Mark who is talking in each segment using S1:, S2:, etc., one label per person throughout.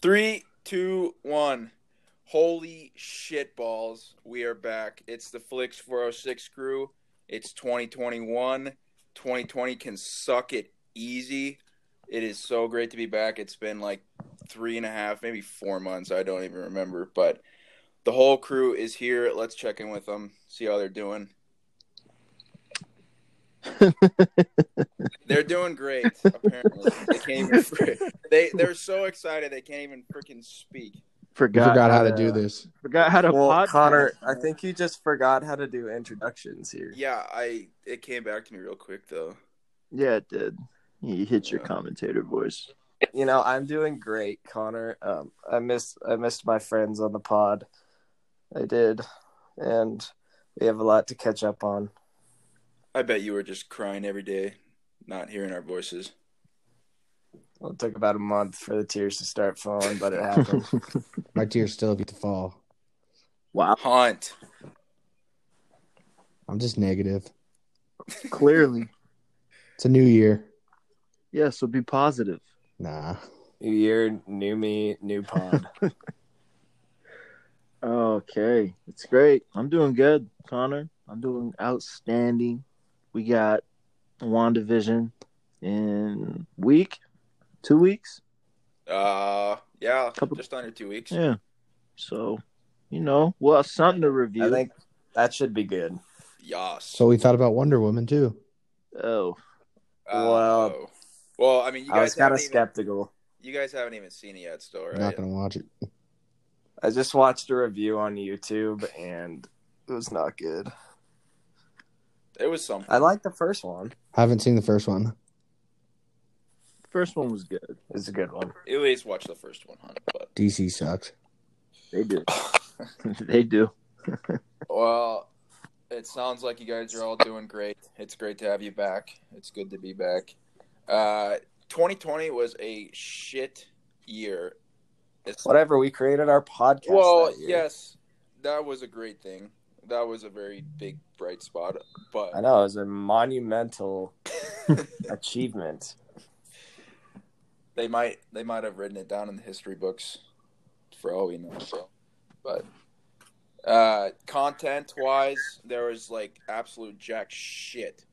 S1: Three, two, one. Holy shit balls. We are back. It's the Flicks 406 crew. It's 2021. 2020 can suck it easy. It is so great to be back. It's been like three and a half, maybe four months. I don't even remember. But the whole crew is here. Let's check in with them, see how they're doing. They're doing great. Apparently, they can't even. fr- They they're so excited they can't even freaking speak.
S2: forgot,
S3: forgot how to do this.
S2: Forgot how to
S4: Well,
S2: podcast.
S4: Connor, I think you just forgot how to do introductions here.
S1: Yeah, I it came back to me real quick though.
S2: Yeah, it did. You hit your commentator voice.
S4: You know, I'm doing great, Connor. Um, I miss I missed my friends on the pod. I did, and we have a lot to catch up on.
S1: I bet you were just crying every day, not hearing our voices.
S4: Well, it took about a month for the tears to start falling, but it happened.
S3: My tears still get to fall.
S2: Wow.
S1: Hunt.
S3: I'm just negative.
S2: Clearly.
S3: It's a new year.
S2: Yeah, so be positive.
S3: Nah.
S4: new year, new me, new pod.
S2: Okay. It's great. I'm doing good, Connor. I'm doing outstanding. We got WandaVision in week, two weeks.
S1: Uh, yeah,
S2: Couple-
S1: just under two weeks.
S2: Yeah. So, you know, well, something to
S4: I
S2: review.
S4: think that should be good.
S1: Yas.
S3: So we thought about Wonder Woman too.
S2: oh,
S3: uh,
S1: Oh. well, I mean, you
S4: I was
S1: guys
S4: kind
S1: haven't
S4: of
S1: even,
S4: skeptical.
S1: you guys haven't even seen it yet, still,
S3: I'm
S1: right?
S3: Not gonna watch it.
S4: I just watched a review on YouTube, and it was not good.
S1: It was something.
S4: I liked the first one.
S3: I haven't seen the first one.
S2: first one was good.
S4: It's a good one.
S1: At least watch the first one, Hunt. But
S3: DC sucks.
S2: They do. they do.
S1: Well, it sounds like you guys are all doing great. It's great to have you back. It's good to be back. Uh, 2020 was a shit year. It's,
S4: Whatever, we created our podcast.
S1: well,
S4: that year.
S1: yes, that was a great thing. That was a very big bright spot. But
S4: I know it was a monumental achievement.
S1: they might they might have written it down in the history books for all we know so but uh content wise there was like absolute jack shit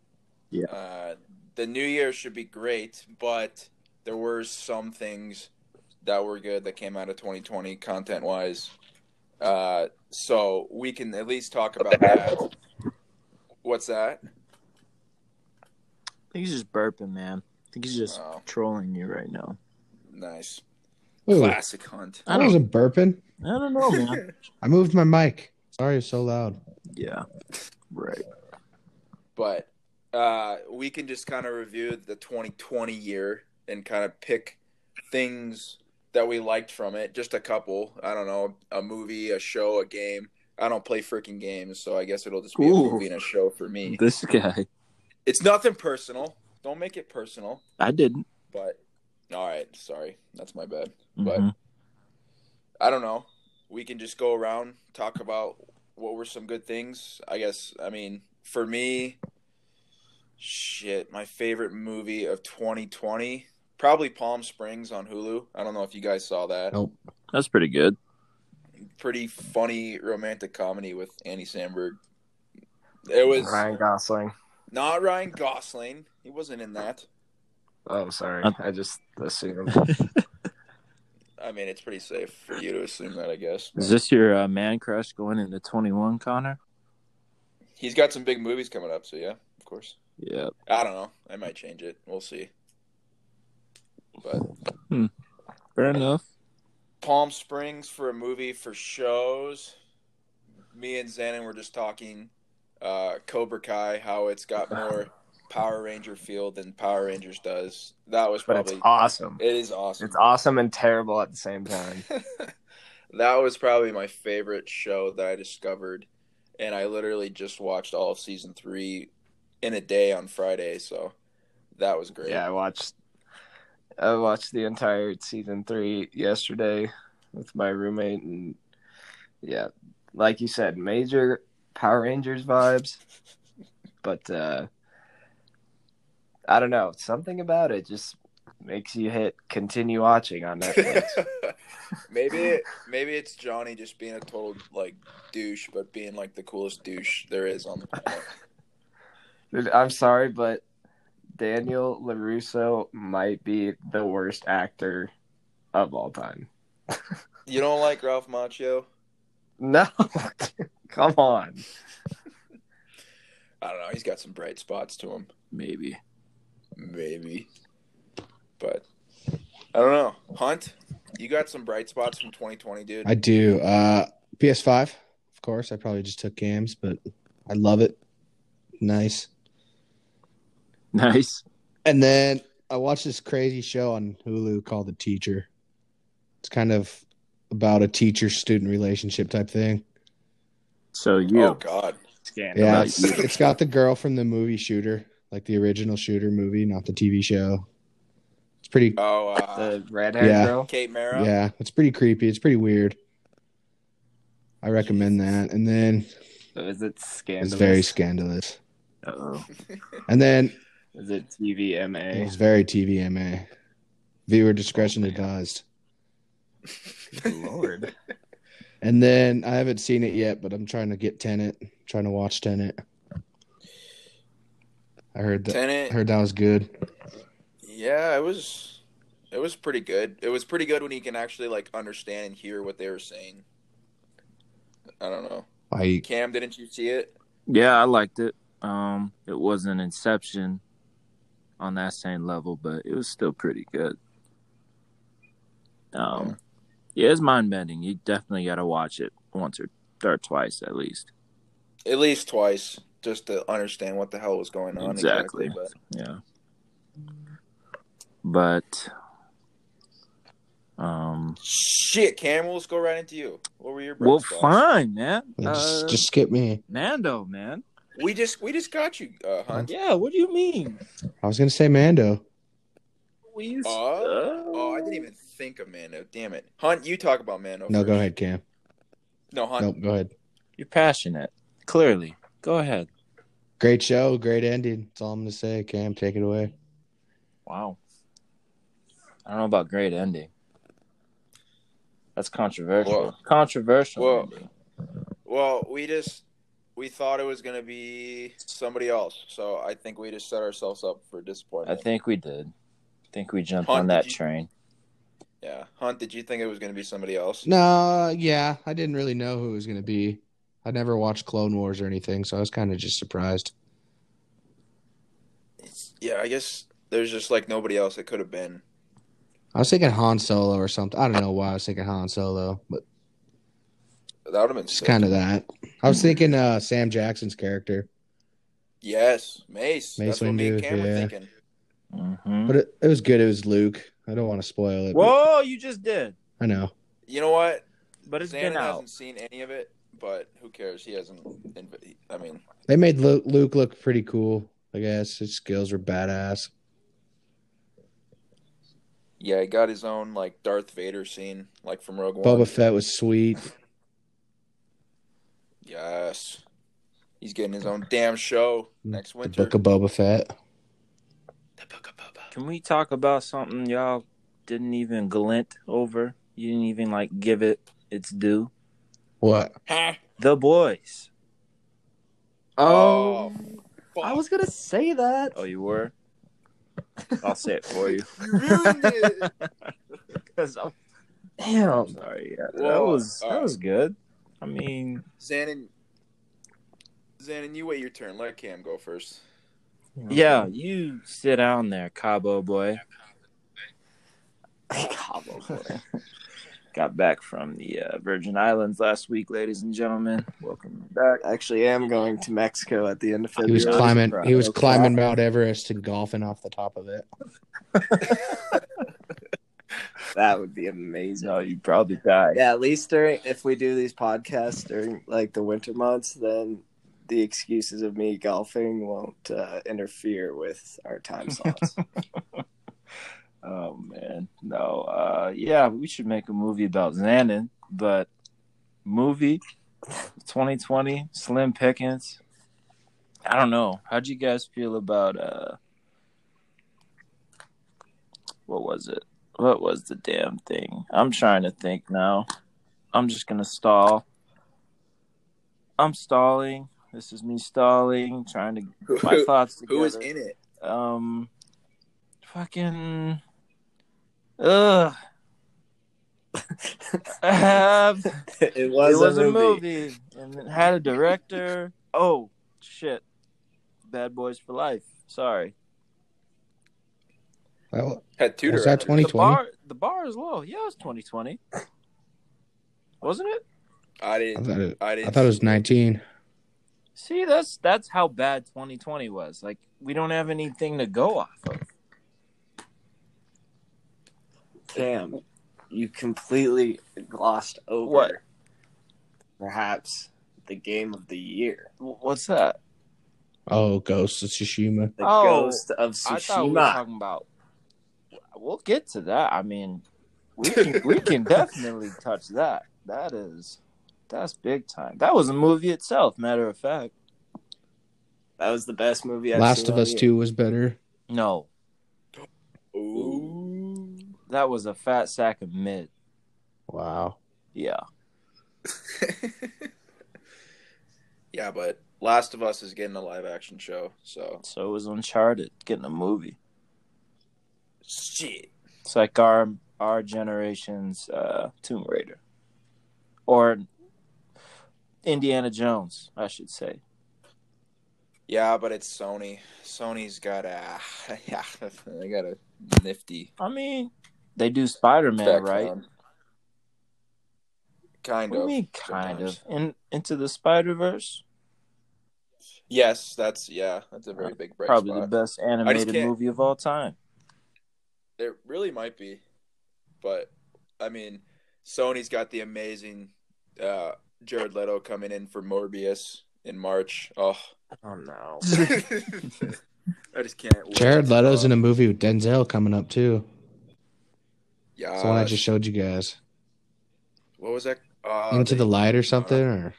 S2: Yeah.
S1: uh the new year should be great but there were some things that were good that came out of 2020 content wise uh so we can at least talk about that what's that
S2: I think he's just burping, man. I think he's just
S1: Oh.
S2: trolling you right now.
S1: nice
S3: Ooh, I
S1: classic hunt
S2: I don't,
S3: wasn't burping.
S2: I don't know, Oh, man.
S3: I moved my mic. Sorry, it's so loud.
S2: yeah, right.
S1: but uh, we can just kind of review the 2020 year and kind of pick things that we liked from it. Just a couple. I don't know, a movie, a show, a game. I don't play freaking games, so I guess it'll just be a
S2: Ooh.
S1: movie and a show for me.
S2: This guy,
S1: It's nothing personal. Don't make it personal.
S2: I didn't.
S1: But all right, sorry, that's my bad.
S5: Mm-hmm.
S1: But
S2: Mhm.
S1: I don't know. We can just go around talk about what were some good things. I guess I mean for me, shit, my favorite movie of 2020 probably Palm Springs on Hulu. I don't know if you guys saw that.
S3: Nope.
S2: that's pretty good.
S1: Pretty funny romantic comedy with Andy Samberg. It was
S4: Ryan Gosling.
S1: not Ryan Gosling. He wasn't in that.
S4: Oh, sorry.
S2: Uh,
S4: I just assumed.
S1: I mean, it's pretty safe for you to assume that, I guess.
S2: Is this your uh, man crush going into twenty one, Connor?
S1: He's got some big movies coming up, so yeah, of course.
S2: Yeah.
S1: I don't know. I might change it. We'll see. But
S2: Fair enough.
S1: Palm Springs for a movie for shows. Me and Zanin were just talking uh, Cobra Kai, how it's got more Power Ranger feel than Power Rangers does. That was
S4: but it's
S1: probably
S4: awesome.
S1: it is awesome.
S4: It's awesome and terrible at the same time.
S1: that was probably my favorite show that I discovered, and I literally just watched all of season three in a day on Friday. So that was great.
S4: Yeah, I watched. I watched the entire season three yesterday with my roommate, and yeah, like you said, major Power Rangers vibes. but uh, I don't know. Something about it just makes you hit continue watching on Netflix.
S1: maybe maybe it's Johnny just being a total like douche, but being like the coolest douche there is on the planet.
S4: Dude, I'm sorry, but Daniel Larusso might be the worst actor of all time.
S1: You don't like Ralph Macchio?
S4: No, come on.
S1: I don't know. He's got some bright spots to him,
S4: Maybe
S1: maybe, but I don't know. Hunt, you got some bright spots from 2020, dude.
S3: I do. Uh, PS5, of course. I probably just took games, but I love it. Nice.
S5: Nice.
S3: And then I watched this crazy show on Hulu called The Teacher. It's kind of about a teacher student relationship type thing.
S5: So you.
S1: Oh God,
S4: scandal.
S3: Yeah,
S5: about
S3: it's,
S5: you.
S3: it's got the girl from the movie Shooter, like the original Shooter movie, not the TV show. It's pretty,
S1: oh uh,
S4: The redhead
S3: Yeah.
S4: girl.
S1: Kate Mara.
S3: yeah, it's pretty creepy. It's pretty weird. I recommend that. And then
S4: Is it
S3: it's
S4: scandal?
S3: very scandalous.
S5: Uh-oh.
S3: And then
S4: Is it
S3: it was
S4: TVMA?
S3: very TVMA. Viewer discretion advised.
S4: Lord,
S3: And then I haven't seen it yet, but I'm trying to get Tenet. Trying to watch Tenet. I heard that. I
S1: Tenet.
S3: heard that was good.
S1: Yeah, it was. It was pretty good. It was pretty good when you can actually like understand and hear what they were saying. I don't know.
S3: I
S1: Cam, didn't you see it?
S5: Yeah, I liked it. Um, it wasn't Inception on that same level, but it was still pretty good. Um, yeah, it's mind bending. You definitely got to watch it once or, or twice at least.
S1: At least twice, just to understand what the hell was going on
S5: Exactly.
S1: exactly. but
S5: Yeah. But, um,
S1: shit, Cam, we'll just go right into you. What were your bright
S5: well,
S1: spots?
S5: fine, man.
S3: just,
S5: Uh,
S3: just skip me.
S5: Nando, man.
S1: We just we just got you, uh, Hunt.
S5: Yeah, what do you mean?
S3: I was gonna say Mando.
S5: We,
S1: Oh, oh, I didn't even think of Mando. Damn it, Hunt. You talk about Mando.
S3: No,
S1: first.
S3: go ahead, Cam.
S1: No, Hunt.
S3: Nope, go ahead.
S5: You're passionate, clearly. Go ahead.
S3: Great show, great ending. That's all I'm gonna say. Cam, take it away.
S5: Wow. I don't know about great ending. That's controversial.
S1: Whoa.
S5: Controversial.
S1: Whoa.
S5: ending.
S1: Well, we just we thought it was gonna be somebody else, so I think we just set ourselves up for
S5: I
S1: disappointment.
S5: think we did. I think we jumped
S1: Hunt,
S5: on that
S1: did you-
S5: train.
S1: yeah, Hunt. Did you think it was gonna be somebody else?
S3: No, yeah, I didn't really know who it was gonna be. I never watched Clone Wars or anything, so I was kind of just surprised.
S1: It's- yeah, I guess there's just like nobody else that could have been.
S3: I was thinking Han Solo or something. I don't know why I was thinking Han Solo, but
S1: That would have been
S3: just
S1: sick.
S3: kind of that. I was thinking uh, Sam Jackson's character,
S1: yes, Mace.
S3: Mace
S1: That's what me and
S3: Windu,
S1: Cam were
S3: yeah.
S1: thinking.
S5: Mhm.
S3: but it, it was good. It was Luke. I don't want to spoil it. but
S5: Whoa, you just did.
S3: I know.
S1: You know what?
S5: But it's
S1: Xander
S5: been out.
S1: hasn't seen any of it, but who cares? He hasn't. inv- I mean,
S3: They made Lu- Luke look pretty cool. I guess his skills were badass.
S1: yeah, he got his own like Darth Vader scene, like from Rogue One.
S3: Boba Fett was sweet.
S1: Yes, he's getting his own damn show next
S3: The
S1: winter.
S3: Book of Boba Fett.
S1: The Book of Boba.
S5: Can we talk about something y'all didn't even glint over? You didn't even like give it its due.
S3: What?
S1: Huh?
S5: The boys.
S1: Oh, fuck.
S4: I was gonna say that.
S5: Oh, you were. I'll say it for you.
S1: You ruined it.
S5: 'Cause I'm
S4: Damn.
S5: sorry. Yeah, that
S1: Whoa,
S5: was that
S1: alright.
S5: was good. I mean,
S1: Xanon, Xanon, you wait your turn. Let Cam go first.
S5: Yeah, you sit down there, Cabo boy.
S4: Cabo boy.
S5: Got back from the uh, Virgin Islands last week, ladies and gentlemen. Welcome back.
S4: Actually, am going to Mexico at the end of
S3: He
S4: February.
S3: was climbing. He was
S5: Okay.
S3: climbing Mount Everest and golfing off the top of it.
S4: That would be amazing.
S5: No, you probably died.
S4: Yeah, at least during if we do these podcasts during like the winter months, then the excuses of me golfing won't uh, interfere with our time slots.
S5: Oh man, no. Uh, yeah, we should make a movie about Xanon, but movie 2020 Slim Pickens. I don't know. How'd you guys feel about uh what was it? What was the damn thing? I'm trying to think now. I'm just gonna stall. I'm stalling. This is me stalling, trying to
S1: Who,
S5: get my thoughts together.
S1: who was in it?
S5: um fucking Ugh. Um,
S4: it was,
S5: it was
S4: a, movie.
S5: and it had a director. oh shit! Bad Boys for Life. Sorry.
S3: Well,
S1: Had two
S3: Was that
S1: directors.
S3: 20?
S5: The bar, the bar is low. Yeah, it was 2020, wasn't it?
S1: I
S3: I
S1: didn't.
S3: thought it,
S1: I didn't.
S3: I thought it was 19.
S5: See, that's that's how bad 2020 was. Like we don't have anything to go off of.
S4: Cam, you completely glossed over
S5: What?
S4: perhaps the game of the year.
S5: W- What's that?
S3: Oh, Ghost of Tsushima.
S4: The
S5: Oh,
S4: Ghost of
S5: I thought we were
S4: Tsushima.
S5: talking about. We'll get to that. I mean, we can we can definitely touch that. That is that's big time. That was a movie itself. Matter of fact.
S4: That was the best movie I've
S3: Last
S4: seen
S3: of
S4: all
S3: Us
S4: year.
S3: 2 was better.
S5: No,
S1: Ooh.
S5: that was a fat sack of mid.
S3: Wow.
S5: Yeah.
S1: yeah, but Last of Us is getting a live action show, so
S5: So it was Uncharted getting a movie.
S1: shit.
S5: It's like our our generation's uh, Tomb Raider, or Indiana Jones, I should say.
S1: Yeah, but it's Sony. Sony's got a yeah, they got a nifty
S5: I mean, they do Spider Man, right?
S1: background. Kind
S5: What do
S1: of.
S5: you mean, kind
S1: sometimes.
S5: of? In Into the Spider Verse,
S1: Yes, that's yeah, that's a very big break.
S5: Uh, probably
S1: spot.
S5: the best animated
S1: can't-
S5: movie of all time.
S1: It really might be, but I mean, Sony's got the amazing uh, Jared Leto coming in for Morbius in March. Oh,
S4: Oh no.
S1: I just can't. Wait.
S3: Jared Leto's
S1: Uh,
S3: in a movie with Denzel coming up, too.
S1: Yeah.
S3: It's the one I just showed you guys.
S1: What was that? Uh,
S3: Into
S1: they-
S3: the Light or something, or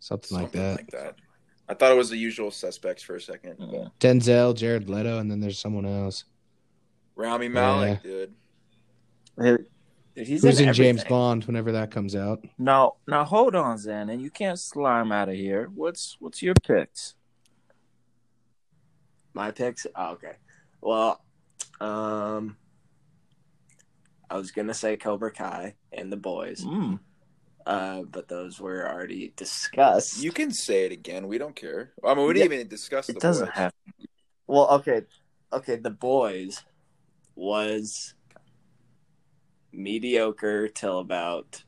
S3: something, like
S1: something
S3: that.
S1: like that. I thought it was the usual suspects for a second. But
S5: Yeah.
S3: Denzel, Jared Leto, and then there's someone else.
S1: Rami Malek, dude.
S4: Dude, he's
S3: Who's in,
S4: in,
S3: James
S4: everything.
S3: Bond whenever that comes out?
S5: Now, now hold on, Xanon. You can't slime out of here. What's what's your picks?
S4: My picks? Oh, okay. Well, um I was gonna say Cobra Kai and the boys.
S5: Mm.
S4: Uh, but those were already discussed.
S1: You can say it again. We don't care. I mean, we didn't even discuss the
S5: It doesn't
S1: boys.
S5: have.
S4: Well, okay, okay. The boys was mediocre till about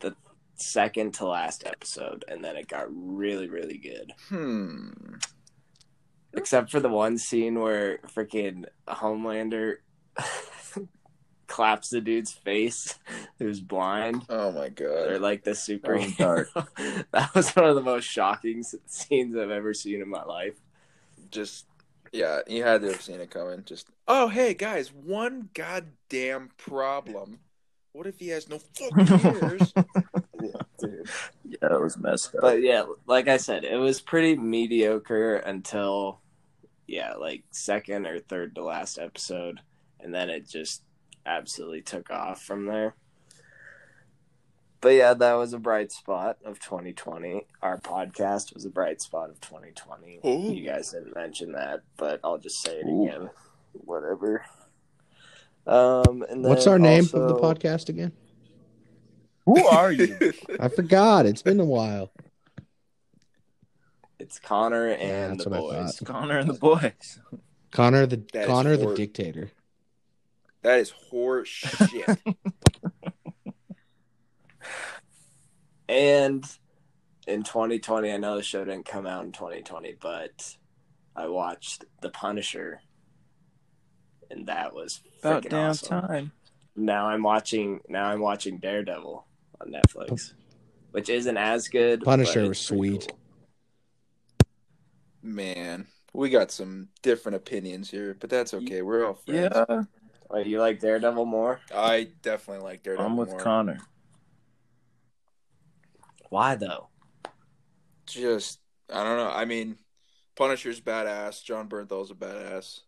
S4: the second to last episode, and then it got really, really good.
S1: Hmm.
S4: Except for the one scene where freaking Homelander claps the dude's face who's blind.
S1: Oh my
S4: Or
S1: god.
S4: like the super
S5: was dark.
S4: that was one of the most shocking s- scenes I've ever seen in my life.
S1: Just yeah, you had to have seen it coming. Just oh hey guys, one goddamn problem. What if he has no fucking ears?
S4: Dude.
S5: Yeah, it was messed up.
S4: but yeah, like I said, it was pretty mediocre until yeah, like second or third to last episode, and then it just absolutely took off from there. But yeah, that was a bright spot of 2020. Our podcast was a bright spot of 2020.
S1: Ooh.
S4: You guys didn't mention that, but I'll just say it
S5: Ooh.
S4: again. Whatever. Um, and then
S3: What's our name of the
S4: also-
S3: podcast again?
S5: Who are you?
S3: I forgot. It's been a while.
S4: It's Connor and
S3: Yeah, that's
S4: the
S3: what I
S4: boys.
S3: thought.
S5: Connor and the boys.
S3: Connor the
S1: That is
S3: Connor the
S1: horrid.
S3: dictator.
S1: That is horse shit.
S4: And in 2020, I know the show didn't come out in 2020, but I watched The Punisher, and that was
S5: About
S4: freaking
S5: damn
S4: awesome.
S5: time.
S4: Now I'm watching. Now I'm watching Daredevil on Netflix, which isn't as good. but
S3: Punisher
S4: it's
S3: was
S4: pretty
S3: sweet.
S4: cool.
S1: Man, we got some different opinions here, but that's okay. We're all friends.
S5: Yeah,
S4: Wait, you like Daredevil more?
S1: I definitely like Daredevil.
S5: I'm with
S1: more.
S5: Connor.
S4: Why though?
S1: Just I don't know. I mean, Punisher's badass. John Bernthal's a badass.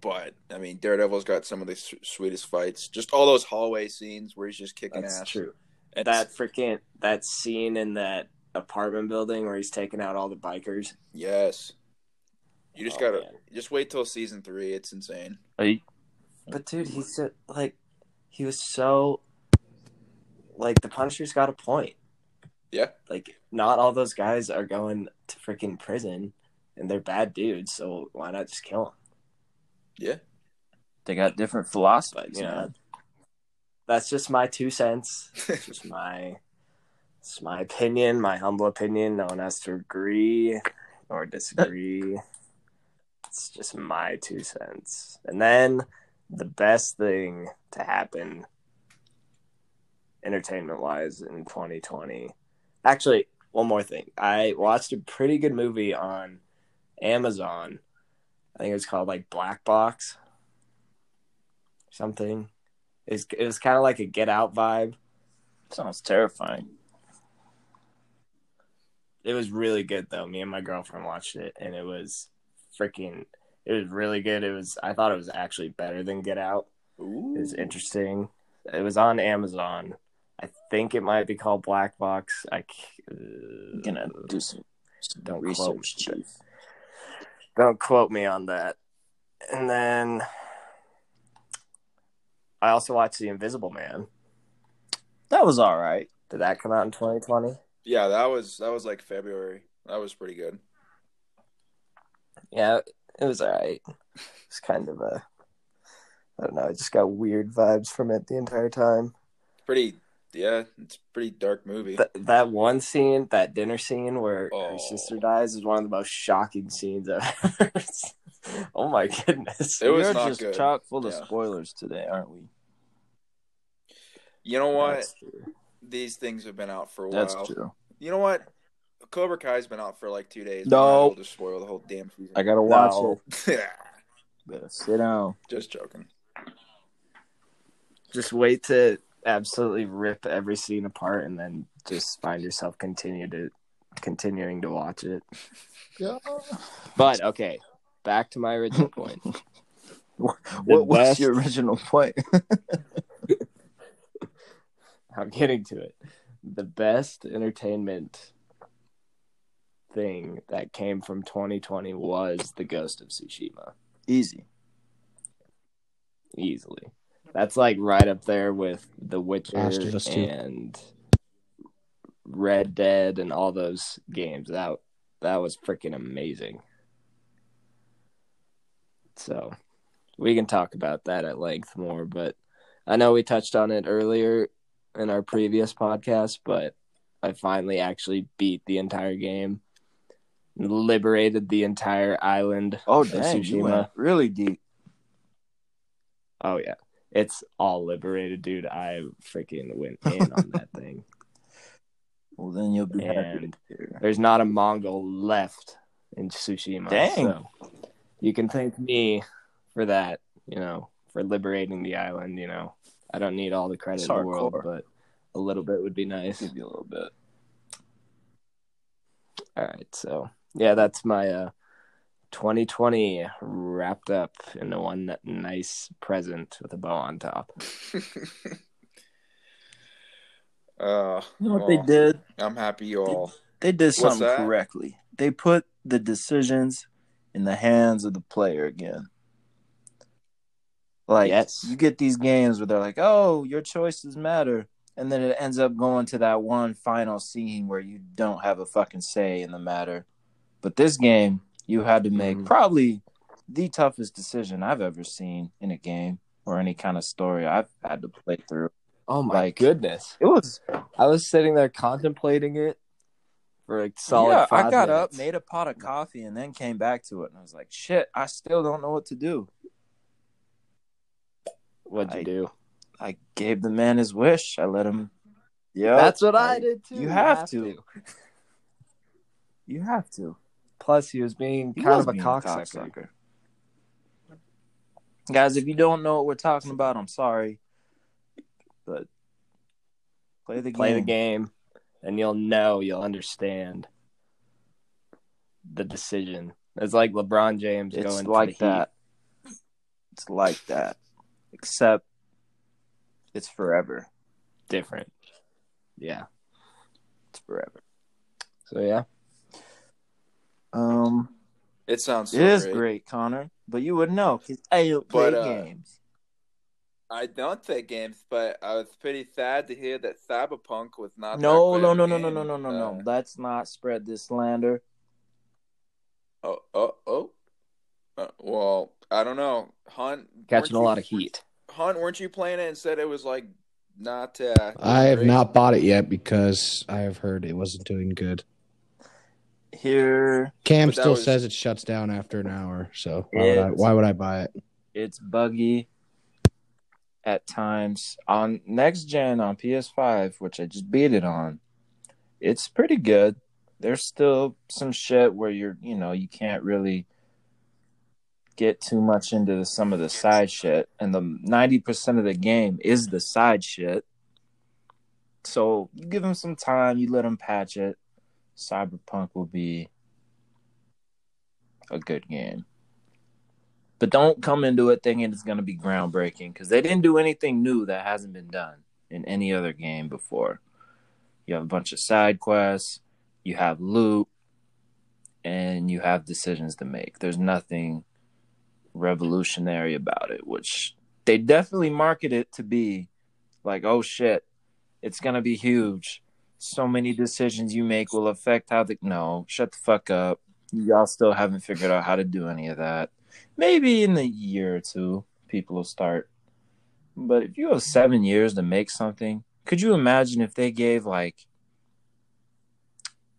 S1: But I mean, Daredevil's got some of the s- sweetest fights. Just all those hallway scenes where he's just kicking
S4: That's
S1: ass.
S4: true.
S1: It's-
S4: That freaking that scene in that apartment building where he's taking out all the bikers.
S1: Yes. You just
S4: Oh,
S1: gotta
S4: man.
S1: just wait till season three. It's insane.
S5: Like,
S4: But dude, he's so, like, he was so like the Punisher's got a point.
S1: Yeah.
S4: Like, not all those guys are going to freaking prison, and they're bad dudes. So why not just kill them?
S5: they got different philosophies.
S4: But, yeah.
S5: man.
S4: That's just my two cents. It's just my, it's my opinion, my humble opinion. No one has to agree or disagree. it's just my two cents. And then the best thing to happen, entertainment wise, in 2020. Actually, one more thing. I watched a pretty good movie on Amazon. I think it was called like Black Box, something. It was, it was kind of like a Get Out vibe.
S5: Sounds terrifying.
S4: It was really good though. Me and my girlfriend watched it, and it was freaking. It was really good. It was. I thought it was actually better than Get Out.
S1: Ooh.
S4: It was interesting. It was on Amazon. I think it might be called Black Box. I c-
S5: I'm gonna uh, do some, some
S4: Don't
S5: research,
S4: quote me.
S5: chief.
S4: don't quote me on that. And then I also watched The Invisible Man.
S5: That was all right.
S4: Did that come out in 2020?
S1: Yeah, that was that was like February. That was pretty good.
S4: Yeah, it was alright. It's kind of a I don't know, I just got weird vibes from it the entire time.
S1: Pretty yeah, it's a pretty dark movie.
S4: Th- that one scene, that dinner scene where
S1: Oh.
S4: her sister dies is one of the most shocking scenes I've ever seen. Oh my goodness.
S1: It was
S5: We're
S1: not
S5: just
S1: good.
S5: chock full of
S1: Yeah.
S5: spoilers today, aren't we?
S1: You know what?
S4: That's true.
S1: These things have been out for a
S5: That's
S1: while.
S5: true.
S1: You know what? Cobra Kai's been out for like two days.
S5: No.
S1: Might as well just spoil the whole damn season.
S5: I gotta watch
S4: No.
S5: it.
S1: Yeah,
S5: Better sit down.
S1: just joking.
S4: Just wait to absolutely rip every scene apart and then just find yourself continue to continuing to watch it. But okay, back to my original point.
S5: What was
S4: best-
S5: your original point?
S4: I'm getting to it. The best entertainment thing that came from 2020 was The Ghost of Tsushima,
S5: Easy.
S4: easily. That's like right up there with The Witcher
S3: Last of Us too.
S4: and Red Dead and all those games. That that was freaking amazing. So, we can talk about that at length more, but I know we touched on it earlier in our previous podcast, but I finally actually beat the entire game, liberated the entire island.
S5: Oh
S4: of
S5: dang, you
S4: Tsushima.
S5: went really deep.
S4: Oh yeah, it's all liberated, dude. I freaking went in on that thing.
S5: Well, then you'll be happy
S4: And-
S5: to hear.
S4: There's not a Mongol left in Tsushima.
S5: Dang.
S4: So you can thank me for that. You know, for liberating the island. You know, I don't need all the credit
S5: It's
S4: in the world,
S5: hardcore.
S4: but a little bit would be nice.
S5: Give you a little bit.
S4: All right, so yeah, that's my uh, 2020 wrapped up into one nice present with a bow on top.
S1: uh,
S5: You know
S1: well,
S5: what they did?
S1: I'm happy you all.
S5: They did something
S1: that?
S5: correctly. They put the decisions in the hands of the player again. Like
S4: Yes.
S5: you get these games where they're like, "Oh, your choices matter," and then it ends up going to that one final scene where you don't have a fucking say in the matter. But this game, you had to make
S4: Mhm.
S5: probably the toughest decision I've ever seen in a game or any kind of story I've had to play through.
S4: Oh my
S5: Like-
S4: goodness!
S5: It was
S4: I was sitting there contemplating it for like solid
S5: yeah,
S4: five
S5: I got
S4: minutes.
S5: up, made a pot of coffee, and then came back to it, and I was like, "Shit, I still don't know what to do."
S4: What'd you
S5: I-
S4: do?
S5: I gave the man his wish. I let him. Yeah,
S4: That's what I
S5: like,
S4: did too.
S5: You have, to. You have to.
S4: Plus, he was being
S5: He
S4: kind
S5: was
S4: of a
S5: being
S4: cocksucker.
S5: cocksucker. Guys, if you don't know what we're talking about, I'm sorry, but play the
S4: Play
S5: game.
S4: the game, and you'll know. You'll understand. the decision. It's like LeBron James
S5: It's
S4: going
S5: like
S4: to the Heat.
S5: that. It's like that. Except it's forever.
S4: different. Yeah.
S5: It's forever.
S4: So yeah.
S5: Um
S1: It sounds so
S5: it is
S1: great.
S5: great, Connor. But you wouldn't know because I don't play
S1: But, uh,
S5: games.
S1: I don't play games, but I was pretty sad to hear that Cyberpunk was not. that
S5: No,
S1: great
S5: no,
S1: of
S5: no,
S1: a
S5: no, no,
S1: game.
S5: no, no, no, no.
S1: Uh,
S5: Let's not spread this slander.
S1: Oh, oh, oh. Uh, well, I don't know. Hunt weren't
S4: Catching a
S1: you-
S4: lot of heat.
S1: Hunt, weren't you playing it and said it was like not? Uh,
S3: I have
S1: great?
S3: not bought it yet because I have heard it wasn't doing good.
S5: Here
S3: Cam
S1: But that
S3: still
S1: was-
S3: says it shuts down after an hour, so why would I
S5: Yes.
S3: why would I buy it?
S5: it's buggy at times on next gen on PS5, which I just beat it on. It's pretty good. There's still some shit where you're, you know, you can't really get too much into the, some of the side shit, and the ninety percent of the game is the side shit. So you give them some time, you let them patch it. Cyberpunk will be a good game. But don't come into it thinking it's going to be groundbreaking because they didn't do anything new that hasn't been done in any other game before. You have a bunch of side quests, you have loot, and you have decisions to make. There's nothing revolutionary about it, which they definitely market it to be like, oh shit, it's going to be huge. So many decisions you make will affect how the. No, shut the fuck up. Y'all still haven't figured out how to do any of that maybe in a year or two people will start but if you have seven years to make something could you imagine if they gave like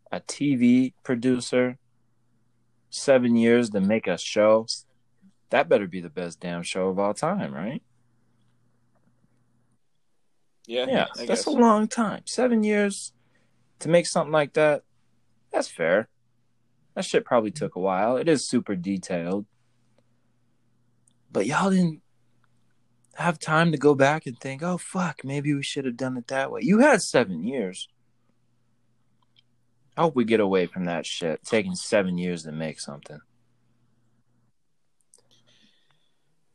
S5: a tv producer seven years to make a show that better be the best damn show of all time right
S1: Yeah,
S5: yeah
S1: I
S5: that's
S1: guess.
S5: a long time seven years to make something like that that's fair that shit probably took a while it is super detailed but y'all didn't have time to go back and think, oh fuck, maybe we should have done it that way. You had seven years. I hope we get away from that shit. Taking seven years to make something.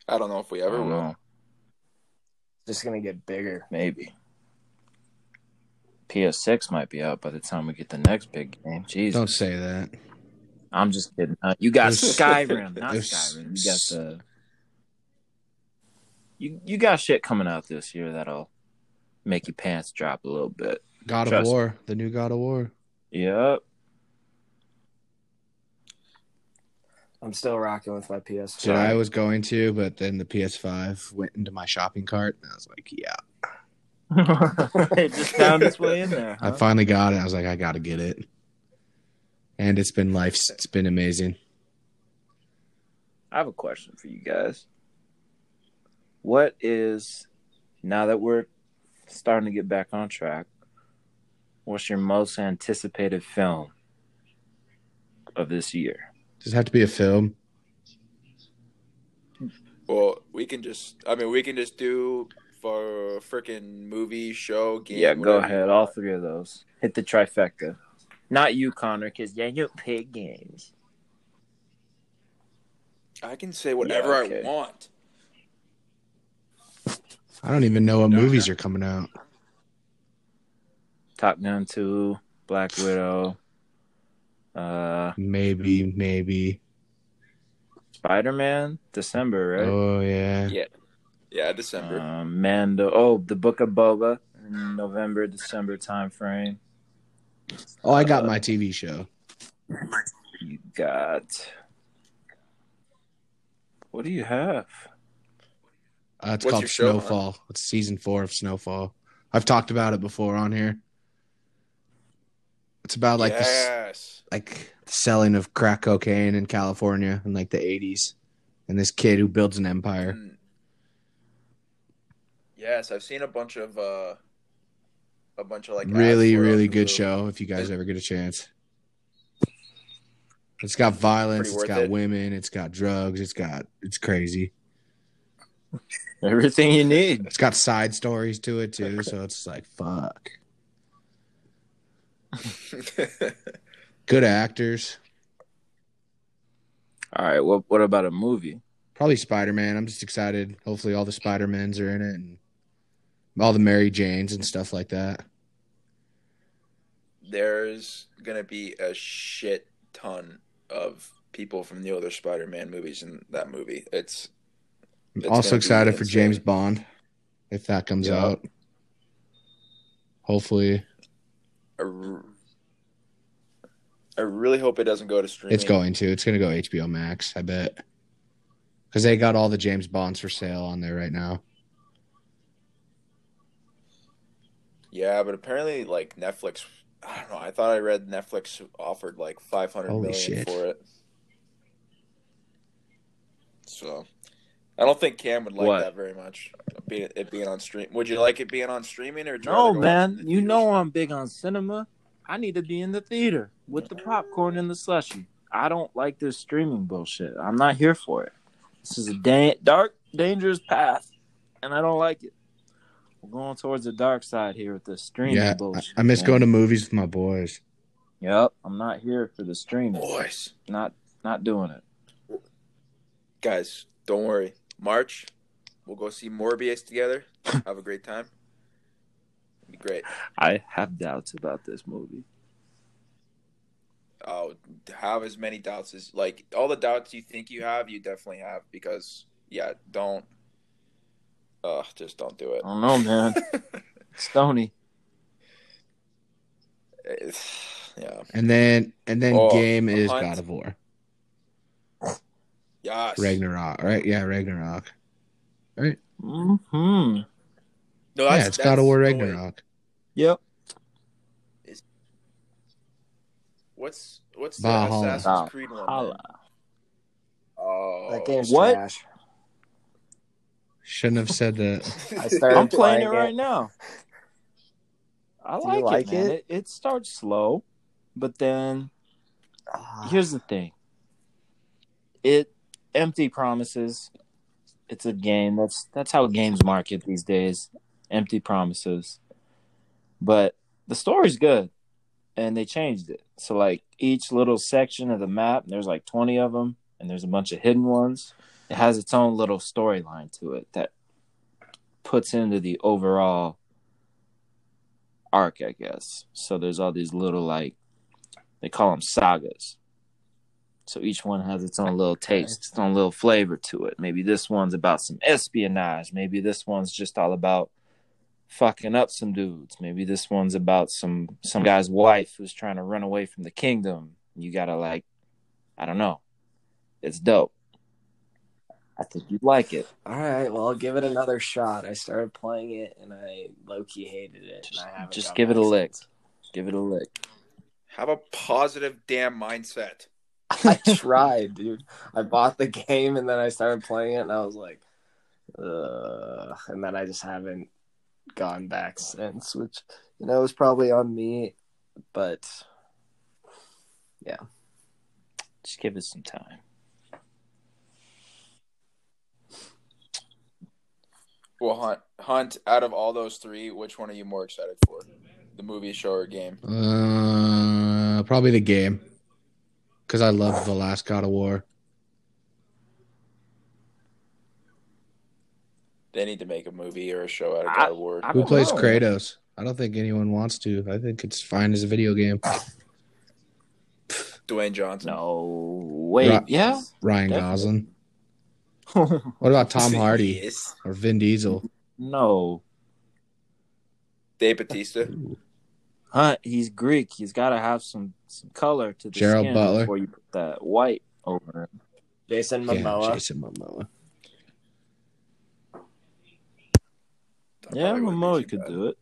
S1: I don't know if we
S5: I
S1: ever
S5: don't
S1: will.
S5: know.
S4: Just gonna get bigger.
S5: Maybe. PS6 might be out by the time we get the next big game. Jesus.
S3: Don't say that.
S5: I'm just kidding. Uh, you got
S3: There's-
S5: Skyrim, not
S3: there's-
S5: Skyrim. You got the. You, you got shit coming out this year that'll make your pants drop a little bit.
S3: God of
S5: Trust me.
S3: War, the new God of War.
S5: Yep.
S4: I'm still rocking with my PS4.
S3: So I was going to, but then the PS5 went into my shopping cart, and I was like, "Yeah,
S5: it just found its way in there.
S3: I
S5: huh?
S3: finally got it." I was like, "I got to get it," and it's been life. It's been amazing.
S5: I have a question for you guys. What is now that we're starting to get back on track? What's your most anticipated film of this year?
S3: Does it have to be a film?
S1: Well, we can just. I mean, we can just do for freaking movie show game.
S5: yeah, go
S1: whatever you
S5: ahead.
S1: want.
S5: All three of those. Hit the trifecta. Not you, Connor, because yeah, you play games.
S1: I can say whatever
S5: Yeah, okay.
S1: I want.
S3: I don't even know what
S1: No,
S3: movies are coming out.
S5: Top Gun Two, Black Widow, uh,
S3: Maybe, maybe.
S5: Spider Man, December, right?
S3: Oh yeah.
S1: Yeah. Yeah, December.
S5: Uh, Mando. Oh, the Book of Boba, November, December time frame.
S3: Oh, I got my TV show.
S5: You got. What do you have?
S3: Uh, it's
S1: What's
S3: called
S1: your show, huh?
S3: Snowfall. It's season four of Snowfall. I've talked about it before on here. It's about like this.
S1: yes.
S3: like the selling of crack cocaine in California in like the 80s and this kid who builds an empire.
S1: Mm. Yes, I've seen a bunch of uh a bunch of like ads
S3: really
S1: for it
S3: really
S1: on
S3: good
S1: Hulu.
S3: show if you guys ever get a chance. It's got violence,
S1: Pretty
S3: it's
S1: worth
S3: got
S1: it.
S3: women, it's got drugs, it's got it's crazy.
S5: Everything you need.
S3: It's got side stories to it too, so it's like fuck. Good actors.
S5: All right. Well, what about a movie?
S3: Probably Spider Man. I'm just excited. Hopefully, all the Spider Mens are in it and all the Mary Janes and stuff like that.
S1: There's gonna be a shit ton of people from the other Spider-Man movies in that movie. It's
S3: I'm
S1: It's gonna
S3: also
S1: be
S3: excited for
S1: insane.
S3: James Bond if that comes
S1: Yeah.
S3: out. Hopefully,
S1: I r- I really hope it doesn't go to streaming.
S3: it's going to. It's going to go HBO Max, I bet. Because they got all the James Bonds for sale on there right now.
S1: Yeah, but apparently, like Netflix. I don't know. I thought I read Netflix offered like five hundred
S3: Holy
S1: million
S3: shit.
S1: for it. So, I don't think Cam would like
S5: What?
S1: that very much. Be, it being on stream. Would you like it being on streaming or? do you
S5: No,
S1: rather go watch it
S5: man.
S1: in the
S5: You
S1: theaters?
S5: know I'm big on cinema. I need to be in the theater with the popcorn and the slushy. I don't like this streaming bullshit. I'm not here for it. This is a da- dark, dangerous path, and I don't like it. We're going towards the dark side here with this streaming
S3: yeah, I,
S5: bullshit.
S3: I miss
S5: man.
S3: going to movies with my boys.
S5: Yep, I'm not here for the streaming.
S1: boys,
S5: Not, not doing it.
S1: guys, don't worry. March, we'll go see Morbius together. Have a great time. Be great.
S5: I have doubts about this movie.
S1: Oh, have as many doubts as like all the doubts you think you have, you definitely have because yeah, don't. Uh, just don't do it.
S5: I don't know, man. Stony.
S1: It's- yeah.
S3: And then, and then,
S1: Oh,
S3: game
S1: the
S3: is
S1: hunt.
S3: God of War,
S1: Yes.
S3: Ragnarok, right? Yeah, Ragnarok.
S5: Hmm.
S1: No,
S3: yeah, it's God of War, Ragnarok.
S5: Yep.
S1: What's what's the
S3: Valhalla.
S1: Assassin's Creed one?
S5: Holla.
S1: man? Oh,
S4: That game's
S5: What?
S4: trash.
S3: Shouldn't have said that.
S4: I started
S5: I'm playing it
S4: playing
S5: right now. I
S4: Do
S5: like,
S4: you
S5: it,
S4: like
S5: man.
S4: it?
S5: It, it starts slow, but then
S4: Ah,
S5: here's the thing. It empty promises. It's a game. That's that's how games market these days. Empty promises. But the story's good and they changed it. So like each little section of the map, there's like 20 of them and there's a bunch of hidden ones. It has its own little storyline to it that puts into the overall arc, I guess. So there's all these little like they call them sagas. So each one has its own little taste, its own little flavor to it. Maybe this one's about some espionage. Maybe this one's just all about fucking up some dudes. Maybe this one's about some some guy's wife who's trying to run away from the kingdom. You gotta like, I don't know. It's dope. I think you'd like it.
S4: all right, well, I'll give it another shot. I started playing it and I low key hated it. and I haven't
S5: Just
S4: gone
S5: give it
S4: back
S5: a lick.
S4: since.
S5: Give it a lick.
S1: have a positive damn mindset.
S4: I tried, dude. I bought the game and then I started playing it and I was like, Ugh. and then I just haven't gone back since, which you know is probably on me, but
S5: Just give it some time.
S1: Well, Hunt, Hunt, out of all those three, which one are you more excited for? The movie, show, or game?
S3: Uh, probably the game, because I love the last God of War.
S1: They need to make a movie or a show out of
S5: I-
S1: God of War.
S5: I
S3: Who
S5: don't
S3: plays
S5: know.
S3: Kratos? I don't think anyone wants to. I think it's fine as a video game.
S1: Dwayne Johnson.
S5: No, wait,
S3: Right.
S5: yeah.
S3: Ryan
S5: Definitely.
S3: Gosling. What about Tom Hardy
S1: Yes.
S3: or Vin Diesel?
S5: no,
S1: Dave Batista.
S5: Hunt. He's Greek. He's got to have some some color to the
S3: Gerald
S5: skin
S3: Butler.
S5: before you put that white over him.
S4: Jason
S3: Yeah,
S4: Momoa.
S3: Jason Momoa.
S1: That
S5: Yeah,
S1: probably wouldn't be
S5: Momoa
S1: too
S5: could
S1: bad.
S5: do it.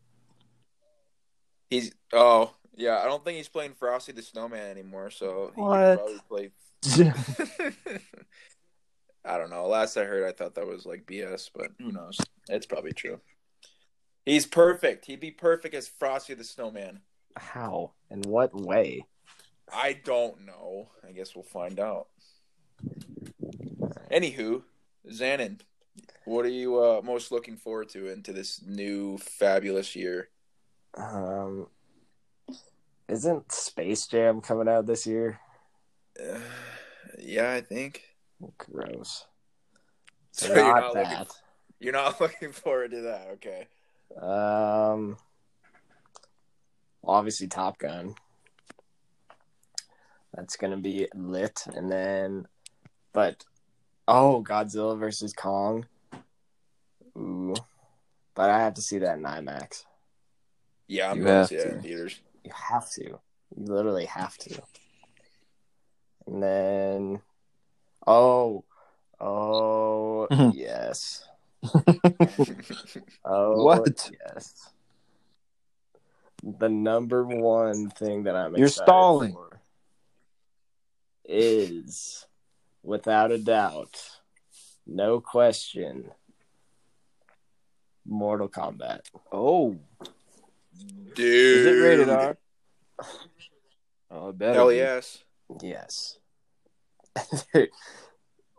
S1: He's oh yeah, I don't think he's playing Frosty the Snowman anymore, so he
S5: What?
S1: could probably play. I don't know. Last I heard, I thought that was like BS, but who knows? It's probably true. He's perfect. He'd be perfect as Frosty the Snowman.
S4: How? In what way?
S1: I don't know. I guess we'll find out. Anywho, Zanin, what are you uh, most looking forward to into this new fabulous year?
S4: Um, isn't Space Jam coming out this year?
S1: Uh, Yeah, I think.
S4: Gross.
S1: So you're not looking, you're not looking forward to that. Okay.
S4: that. Um, obviously Top Gun. That's gonna be lit, and then, but oh, Godzilla versus Kong. Ooh, but I have to see that in IMAX.
S1: Yeah, I'm
S5: You
S1: going to
S5: have
S1: see that in
S5: to.
S1: theaters.
S4: You have to. You literally have to. And then, oh, oh,
S5: Mhm.
S4: yes. Oh,
S5: What?
S4: Yes. The number one thing that I'm
S5: You're
S4: excited
S5: stalling.
S4: for is, without a doubt, no question, Mortal Kombat.
S5: Oh,
S1: Dude.
S5: is it rated R? Oh, I bet.
S1: Hell yes.
S4: Yes.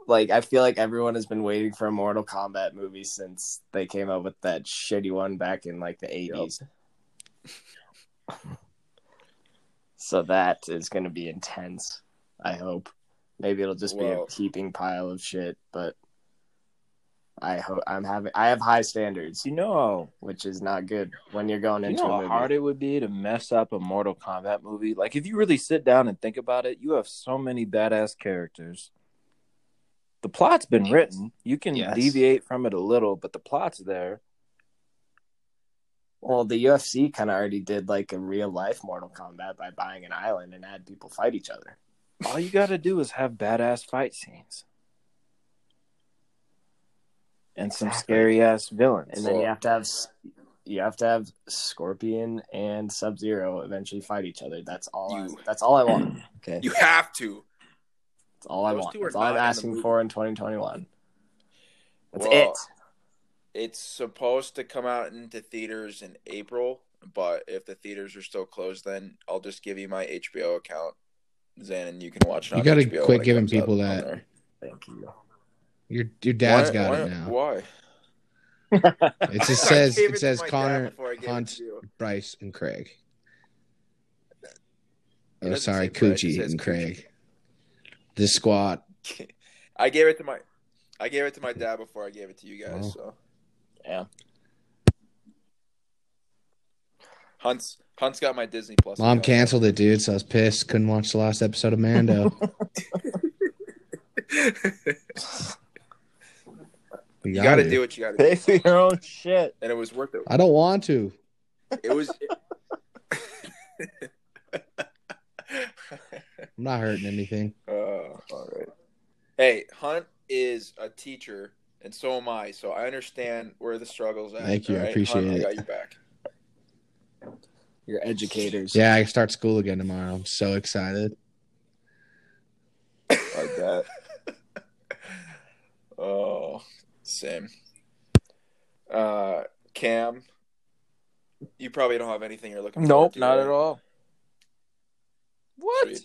S4: like I feel like everyone has been waiting for a Mortal Kombat movie since they came up with that shitty one back in like the 80s. so that is going to be intense, I hope. Maybe it'll just be
S1: Well-
S4: a heaping pile of shit, but I hope I'm having I have high standards,
S5: You know how
S4: which is not good when you're going
S5: you
S4: into
S5: know
S4: a
S5: how
S4: movie.
S5: hard it would be to mess up a Mortal Kombat movie. Like if you really sit down and think about it, you have so many badass characters. The plot's been written. You can
S4: Yes.
S5: deviate from it a little, but the plot's there.
S4: Well, the UFC kind of already did like a real life Mortal Kombat by buying an island and had people fight each other.
S5: All you got to do is have badass fight scenes and some
S4: Exactly.
S5: scary ass villains.
S4: And then you
S1: Well-
S4: have to have s- you have to have Scorpion and Sub Zero eventually fight each other. That's all.
S1: You-
S4: I, that's all I want. Okay,
S1: You have to.
S4: that's all I
S1: Those
S4: want.
S1: two are
S4: That's all I'm
S1: not in the
S4: asking
S1: movie.
S4: for in 2021. That's
S1: Well,
S4: it.
S1: It's supposed to come out into theaters in April, but if the theaters are still closed, then I'll just give you my HBO account, Zan, and you can watch it.
S3: You
S1: on
S3: gotta
S1: HBO
S3: quit
S1: when it
S3: giving
S1: comes out
S3: people
S1: on
S3: that.
S1: there.
S4: Thank you.
S3: Your your dad's
S1: Why-
S3: got
S1: why-
S3: it now.
S1: Why?
S3: It just
S1: I
S3: says
S1: gave
S3: it
S1: to
S3: says
S1: my dad
S3: Connor,
S1: before I gave it to
S3: Hunt,
S1: you.
S3: Bryce, and Craig.
S1: It
S3: Oh,
S1: doesn't
S3: sorry,
S1: say Bryce, it
S3: Coochie
S1: says
S3: and
S1: Coochie.
S3: Craig. The squad.
S1: I gave it to my I gave it to my dad before I gave it to you guys,
S3: Wow.
S1: so
S4: Yeah.
S1: Hunt's Hunt's got my Disney Plus.
S3: Mom
S1: account.
S3: canceled it, dude. So I was pissed. Couldn't watch the last episode of Mando. We
S1: you
S3: got
S1: gotta
S3: it.
S1: do what you gotta do.
S5: Pay for your own shit.
S1: And it was worth it.
S3: I don't want to.
S1: It was
S3: I'm not hurting anything.
S1: Uh,
S3: Oh,
S1: all right. Hey, Hunt is a teacher, and so am I. So I understand where the struggles at.
S3: Thank you, I
S1: all right?
S3: appreciate
S1: Hunt,
S3: it.
S1: I got your back.
S4: You're educators.
S3: Yeah, I start school again tomorrow. I'm so excited.
S1: Like that. oh, same. Uh, Cam, you probably don't have anything you're looking. forward
S5: Nope,
S1: to,
S5: not
S1: right?
S5: at all. What
S1: Sweet.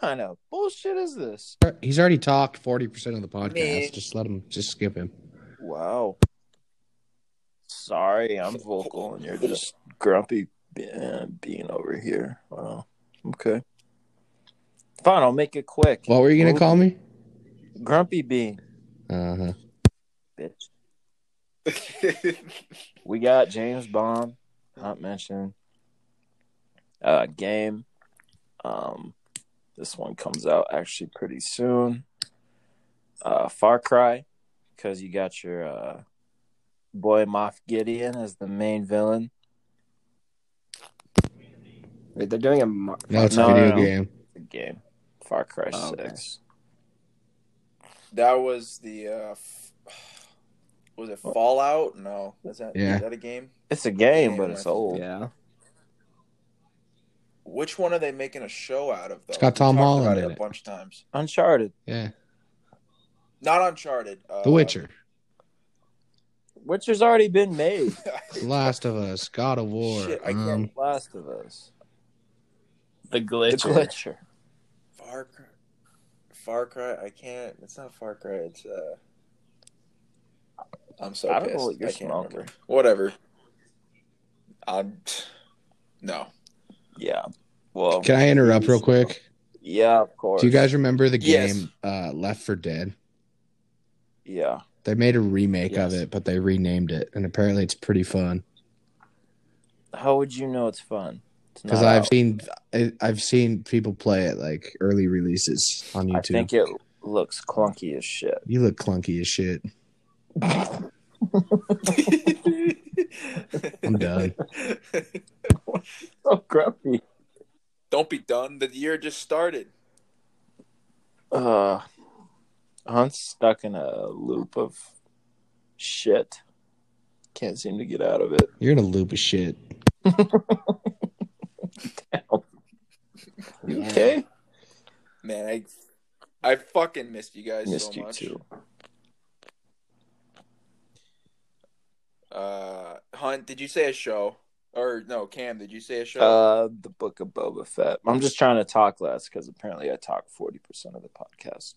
S5: kind of bullshit is this?
S3: He's already talked 40% of the podcast.
S1: Man.
S3: Just let him, just skip him.
S5: Wow. Sorry, I'm vocal and you're just grumpy uh, being over here. Wow. Okay. Fine, I'll make it quick.
S3: What were you
S1: Oh.
S3: going to call me?
S5: Grumpy bean,
S3: Uh huh.
S5: bitch. We got James Bond, not mentioned. Uh, game. Um, this one comes out actually pretty soon. Uh, Far Cry, because you got your uh, boy Moff Gideon as the main villain.
S4: Wait, they're doing a. mar-
S3: No, it's
S5: No,
S3: a video
S5: no, no.
S3: game.
S5: The game, Far Cry
S4: Oh, okay.
S5: Six.
S1: that was the. Uh, f- was it Fallout? No, is that
S3: Yeah.
S1: is that a game?
S5: It's a game,
S1: Game,
S5: but
S1: I
S5: it's
S1: think.
S5: old.
S4: Yeah.
S1: Which one are they making a show out of though?
S3: It's got
S1: We
S3: Tom
S1: talked
S3: Holland
S1: about
S3: in
S1: it a
S3: it.
S1: bunch of times.
S5: Uncharted.
S3: Yeah.
S1: Not Uncharted. Uh,
S3: The Witcher,
S5: Witcher's already been made.
S3: Last of Us, God of War.
S1: Shit, I can't-
S3: um,
S5: Last of Us.
S4: The glitch.
S5: The Glitcher.
S1: Far Cry. Far Cry. I can't. It's not Far Cry. It's. uh I'm so
S5: I don't know
S1: pissed.
S5: what you're
S1: I can't
S5: smoking.
S1: remember. Whatever. I'm. No.
S5: Yeah. Well,
S3: can I interrupt real quick?
S5: Yeah, of course.
S3: Do you guys remember the
S1: Yes.
S3: game uh, Left for Dead?
S5: Yeah.
S3: They made a remake of
S5: Yes.
S3: it, but they renamed it, and apparently it's pretty fun.
S5: How would you know it's fun? It's
S3: Because
S5: not
S3: I've
S5: out.
S3: seen I, I've seen people play it like early releases on
S5: I
S3: YouTube.
S5: think it looks clunky as shit.
S3: you look clunky as shit. I'm done.
S5: So grumpy.
S1: Don't be done. The year just started.
S5: Uh, Hunt's stuck in a loop of shit. Can't seem to get out of it.
S3: You're in a loop of shit.
S5: You okay?
S1: Man, I I fucking missed you guys
S5: Missed
S1: so
S5: you
S1: much.
S5: too.
S1: Uh, Hunt, did you say a show? Or no, Cam, did you say a show?
S5: Uh, the book of Boba Fett. I'm just trying to talk less because apparently I talk forty percent of the podcast.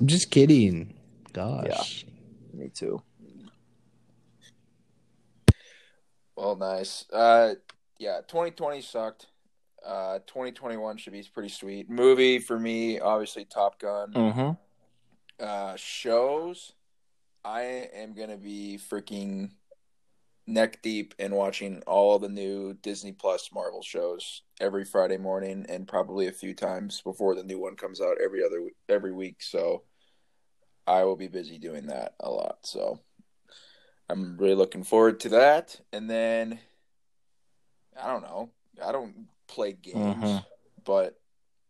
S3: I'm just kidding. Gosh.
S5: Me too.
S1: well, nice. Uh, yeah, 2020 sucked. Uh, 2021 should be pretty sweet. Movie for me, obviously Top Gun.
S5: Mm-hmm.
S1: Uh, shows, I am gonna be freaking neck deep in watching all the new Disney Plus Marvel shows every Friday morning, and probably a few times before the new one comes out every other every week. So, I will be busy doing that a lot. So, I'm really looking forward to that. And then, I don't know. I don't play games,
S5: Mhm.
S1: but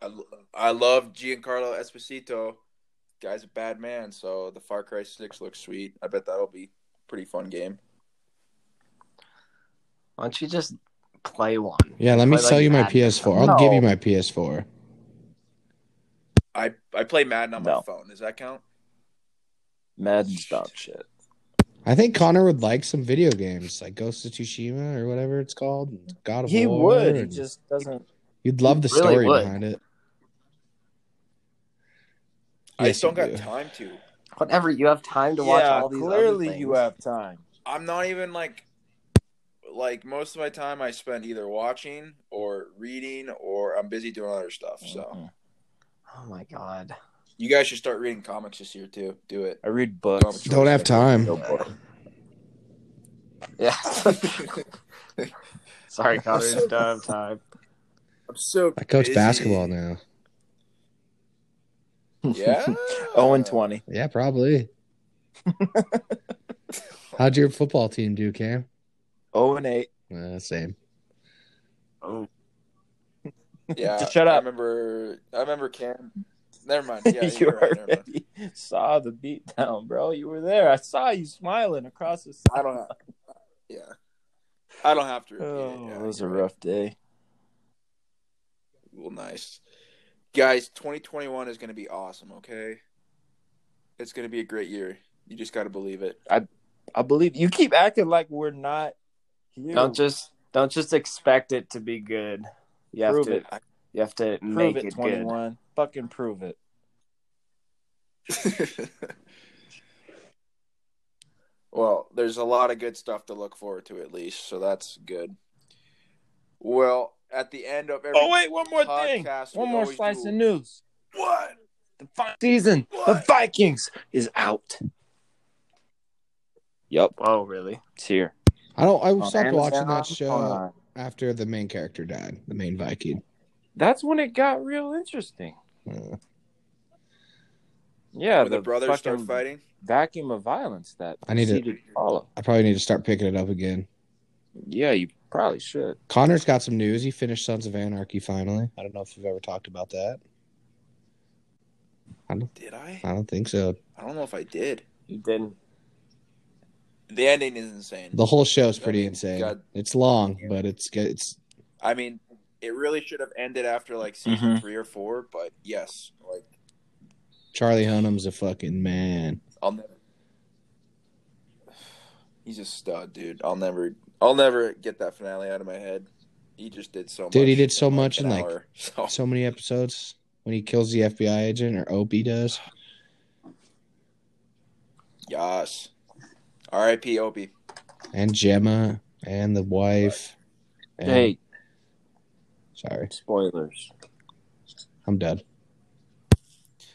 S1: I, I love Giancarlo Esposito guy's a bad man, so the Far Cry Six looks sweet. I bet that'll be a pretty fun game.
S4: Why don't you just play one?
S3: Yeah, let me
S4: Play, like,
S3: sell you my
S4: Madden.
S3: PS4. I'll give
S5: No.
S3: you my PS4.
S1: I I play Madden on my
S5: No.
S1: phone. Does that count?
S5: Madden's dog shit.
S3: I think Connor would like some video games like Ghost of Tsushima or whatever it's called. and God of
S5: He
S3: War.
S5: would. He
S3: and-
S5: just doesn't.
S3: You'd love the
S4: He really
S3: story
S4: would.
S3: behind it.
S1: I
S3: Yes,
S1: just don't
S3: you
S1: got
S3: do.
S1: time to.
S4: Whatever. You have time to watch all these.
S5: clearly
S4: other
S5: you
S4: things.
S5: have time.
S1: I'm not even like like most of my time I spend either watching or reading or I'm busy doing other stuff. So
S5: Mhm.
S4: Oh my god.
S1: you guys should start reading comics this year too. Do it.
S5: I read books.
S3: Don't have time.
S5: Go for it.
S4: Yeah. Sorry, Connor. Just don't have time.
S1: I'm so
S3: I coach
S1: busy.
S3: basketball now.
S1: Yeah.
S5: Zero Oh, and twenty.
S3: Yeah, probably. How'd your football team do, Cam?
S1: Oh,
S5: Zero and eight.
S3: Uh, same.
S4: Oh,
S1: Yeah.
S5: Just shut
S1: I
S5: up.
S1: remember. I remember Cam. Never mind. Yeah,
S5: you
S1: you're right. Never mind.
S5: already saw the beatdown, bro. You were there. I saw you smiling across the.
S1: I don't have. Yeah. I don't have to repeat
S5: Oh,
S1: it. Yeah,
S5: it was a
S1: you're right.
S5: rough day.
S1: Well, nice. Guys, 2021 is going to be awesome, okay? It's going to be a great year. You just got to believe it.
S5: I believe you keep acting like we're not here.
S4: don't just don't just expect it to be good. You have
S5: prove
S4: to
S5: it.
S4: you have to
S5: Prove
S4: make
S5: it.
S4: it
S5: Twenty
S4: good.
S5: one. Fucking prove it.
S1: well, there's a lot of good stuff to look forward to, at least, so that's good. Well, at the end of every
S5: Oh wait, one more thing.
S1: podcast,
S5: One
S1: we
S5: more
S1: always
S5: slice
S1: do-
S5: of news.
S1: what?
S5: The final season of
S1: What?
S5: Vikings is out. Yep,
S4: Whoa, really?
S5: it's here.
S3: I don't. I
S4: Oh,
S5: On
S3: stopped watching that
S5: Amazon
S3: show
S5: Prime.
S3: after the main character died, the main Viking.
S5: That's when it got real interesting.
S3: Uh,
S5: Yeah,
S1: when the, brothers start
S5: fucking
S1: fighting?
S5: vacuum of violence that
S3: I need to-
S5: proceeded to follow.
S3: I probably need to start picking it up again.
S5: Yeah, you probably should.
S3: Connor's got some news. He finished Sons of Anarchy finally. I don't know if we've ever talked about that.
S1: Did I?
S3: I don't think so.
S1: I don't know if I did.
S4: You didn't.
S1: The ending is insane.
S3: The whole show's
S1: I
S3: pretty
S1: mean,
S3: insane.
S1: God-
S3: It's long, but it's good. It's
S1: I mean, it really should have ended after like season
S5: Mhm.
S1: three or four, but yes, like
S3: Charlie Hunnam's a fucking man.
S1: I'll never. He's a stud, dude. I'll never, I'll never get that finale out of my head. He just did so much.
S3: Dude, he did so
S1: in,
S3: much in,
S1: an
S3: like,
S1: hour. So
S3: So many episodes when he kills the FBI agent or Opie does.
S1: yes. R.I.P. Opie.
S3: and Gemma and the wife. And,
S5: Hey,
S3: sorry,
S5: spoilers.
S3: I'm done.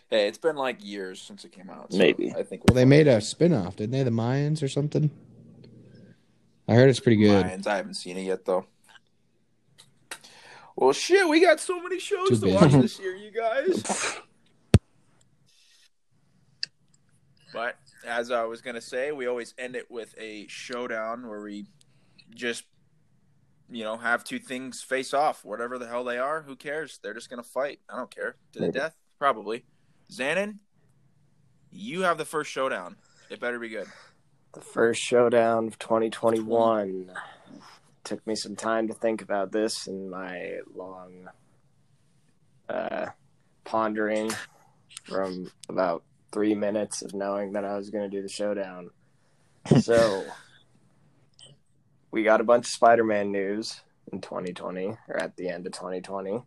S1: Hey, it's been like years since it came out. so
S5: Maybe.
S1: I think
S3: Well, they
S1: fine.
S3: made a spin-off, didn't they? The Mayans or something? I heard it's pretty good.
S1: Lions. I haven't seen it yet though. Well, shit, we got so many shows
S3: Too
S1: to
S3: busy.
S1: watch this year, you guys. but as I was gonna say, we always end it with a showdown where we just, you know, have two things face off, whatever the hell they are. Who cares? They're just gonna fight. I don't care to the
S2: Maybe.
S1: death, probably. Xanon, you have the first showdown. It better be good.
S4: The first showdown of 2021. Took me some time to think about this in my long uh, pondering from about three minutes of knowing that I was going to do the showdown. So, we got a bunch of Spider Man news in 2020, or at the end of 2020.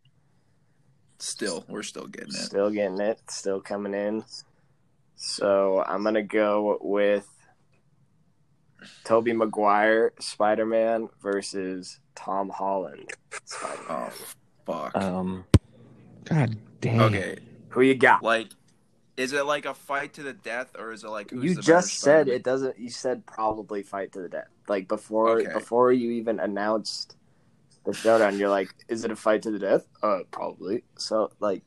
S1: Still, we're still getting it.
S4: Still getting it, still coming in. So I'm gonna go with Toby Maguire Spider Man versus Tom Holland Spider
S1: Oh,
S4: Man.
S1: fuck.
S3: Uh,
S5: Um,
S3: God damn.
S1: okay,
S4: Who you got?
S1: Like, is it like a fight to the death, or is it like who's
S4: you
S1: the better
S4: just said
S1: Spider-Man?
S4: it doesn't you said probably fight to the death. Like before
S1: Okay.
S4: before you even announced the showdown, you're like, is it a fight to the death? Uh probably. So like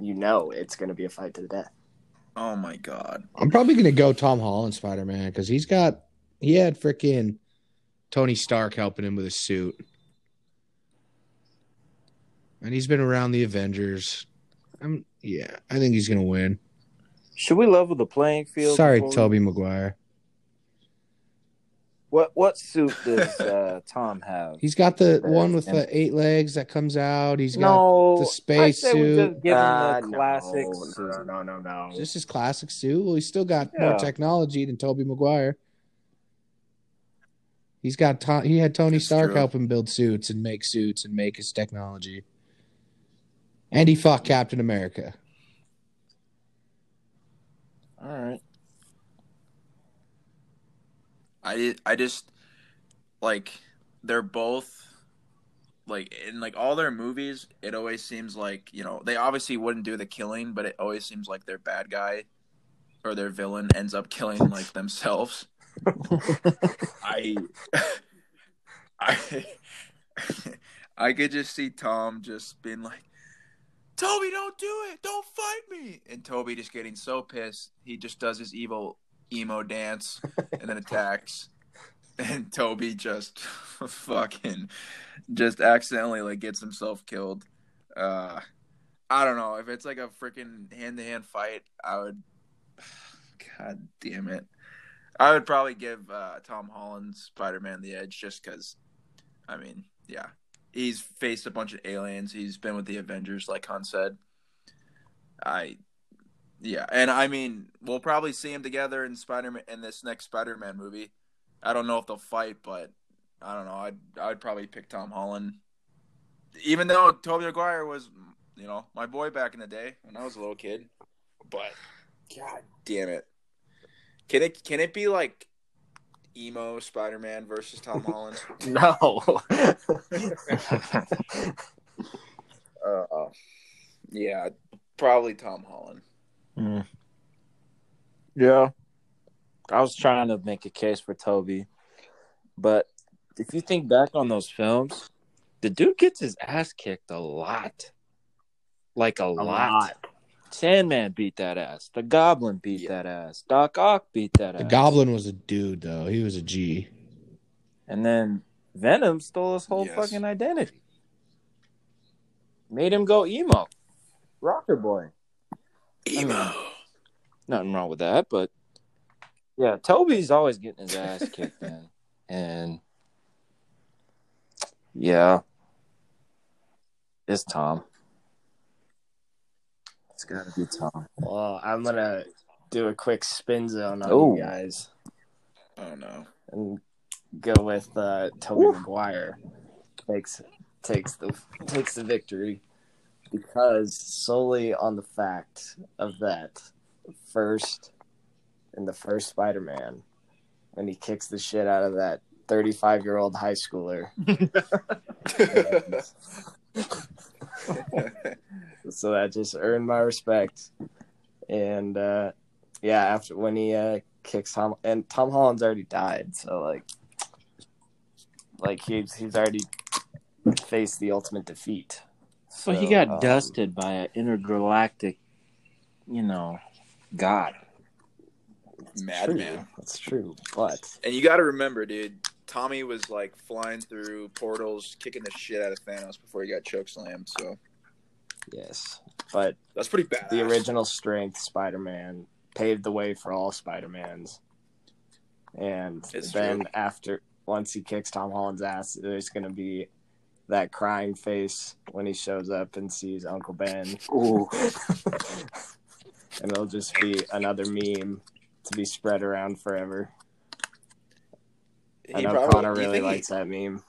S4: you know it's gonna be a fight to the death.
S1: Oh my god!
S3: I'm probably gonna go Tom Holland Spider Man because he's got he had freaking Tony Stark helping him with his suit, and he's been around the Avengers. I'm yeah, I think he's gonna win.
S5: should we level the playing field?
S3: Sorry,
S5: before we-
S3: Toby Maguire.
S5: What what suit does uh, Tom have?
S3: He's got the
S5: Uh,
S3: one with
S5: and-
S3: the eight legs that comes out. He's got
S5: no,
S3: the space
S5: I say we
S3: suit.
S5: just give him
S4: Uh,
S5: the
S4: no,
S5: classic
S4: no,
S5: suit.
S4: no, no, no, no.
S3: just his classic suit. Well, he's still got
S5: Yeah.
S3: more technology than Toby Maguire. He's got to- he had Tony
S1: That's
S3: Stark
S1: true.
S3: help him build suits and make suits and make his technology. And he fought Captain America.
S5: All right.
S1: I did- I just like they're both like in like all their movies. It always seems like you know they obviously wouldn't do the killing, but it always seems like their bad guy or their villain ends up killing like themselves. I I I could just see Tom just being like, Toby, don't do it, don't fight me, and Toby just getting so pissed he just does his evil emo dance and then attacks, and Toby just fucking just accidentally like gets himself killed. Uh, I don't know if it's like a freaking hand to hand fight. I would, God damn it. I would probably give uh, Tom Holland Spider Man the edge just because, I mean, yeah, he's faced a bunch of aliens. He's been with the Avengers, like Han said. I, yeah, and I mean, we'll probably see him together in Spider Man in this next Spider Man movie. I don't know if they'll fight, but I don't know. I'd I'd probably pick Tom Holland, even though Tobey Maguire was, you know, my boy back in the day when I was a little kid. But God damn it. Can it can it be like emo Spider Man versus Tom Holland?
S4: No.
S1: uh, yeah, probably Tom Holland.
S5: Mm. Yeah. I was trying to make a case for Toby, but if you think back on those films, the dude gets his ass kicked a lot. Like a, lot. Sandman beat that ass. The Goblin beat
S1: Yeah.
S5: that ass. Doc Ock beat that
S3: The
S5: ass.
S3: Goblin was a dude though. He was a G.
S5: And then Venom stole his whole
S1: Yes.
S5: fucking identity. Made him go emo. Rocker boy. Emo. Nothing wrong with that, but yeah, Toby's always getting his ass kicked in. And yeah. It's Tom. It's gotta be Tom.
S4: Well, I'm gonna do a quick spin zone on
S5: Ooh.
S4: you guys
S1: Oh no.
S4: and go with uh, Toby Maguire takes takes the takes the victory because solely on the fact of that first in the first Spider-Man when he kicks the shit out of that 35 year old high schooler. so that just earned my respect. and uh, yeah, after when he uh, kicks Tom and Tom Holland's already died, so like, like he's he's already faced the ultimate defeat. So
S5: well, he got
S4: um,
S5: dusted by an intergalactic, you know, god.
S4: it's
S1: Madman.
S4: true, That's true, but
S1: And you got to remember, dude, Tommy was like flying through portals, kicking the shit out of Thanos before he got chokeslammed. So
S4: yes, but
S1: that's pretty bad.
S4: the original strength Spider-Man paved the way for all Spider-Mans. And
S1: It's
S4: then
S1: true.
S4: after once he kicks Tom Holland's ass, there's going to be that crying face when he shows up and sees Uncle Ben.
S5: Ooh.
S4: and it'll just be another meme to be spread around forever. I know Connor really likes that meme.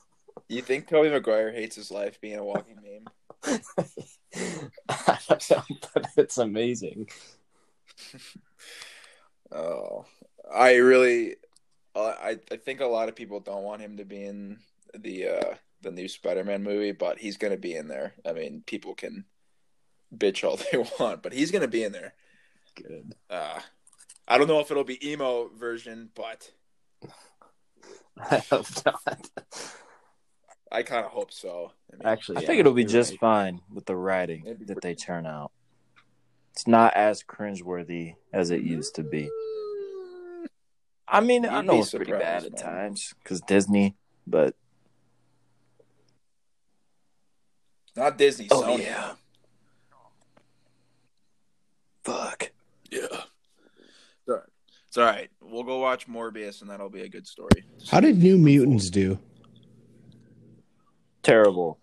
S1: You think Toby Maguire hates his life being a walking meme?
S4: I don't know, but it's amazing.
S1: Oh, I really, uh, I I think a lot of people don't want him to be in the uh the new Spider-Man movie, but he's gonna be in there. I mean, people can bitch all they want, but he's gonna be in there.
S4: Good.
S1: Uh, I don't know if it'll be emo version, but
S4: I hope not.
S1: I kind of hope so. I mean,
S4: Actually,
S5: I
S4: yeah,
S5: think it'll be
S4: you're
S5: just
S4: right.
S5: fine with the writing
S1: It'd be
S5: that they turn out. It's not as cringeworthy as it used to be. I mean, I
S1: You'd
S5: know
S1: be
S5: it's pretty bad
S1: surprised,
S5: at
S1: man.
S5: times because Disney, but
S1: not Disney.
S5: Oh,
S1: Sony.
S5: yeah. fuck.
S1: yeah. Sorry. It's all right. We'll go watch Morbius, and that'll be a good story.
S3: How did New Mutants do?
S5: Terrible.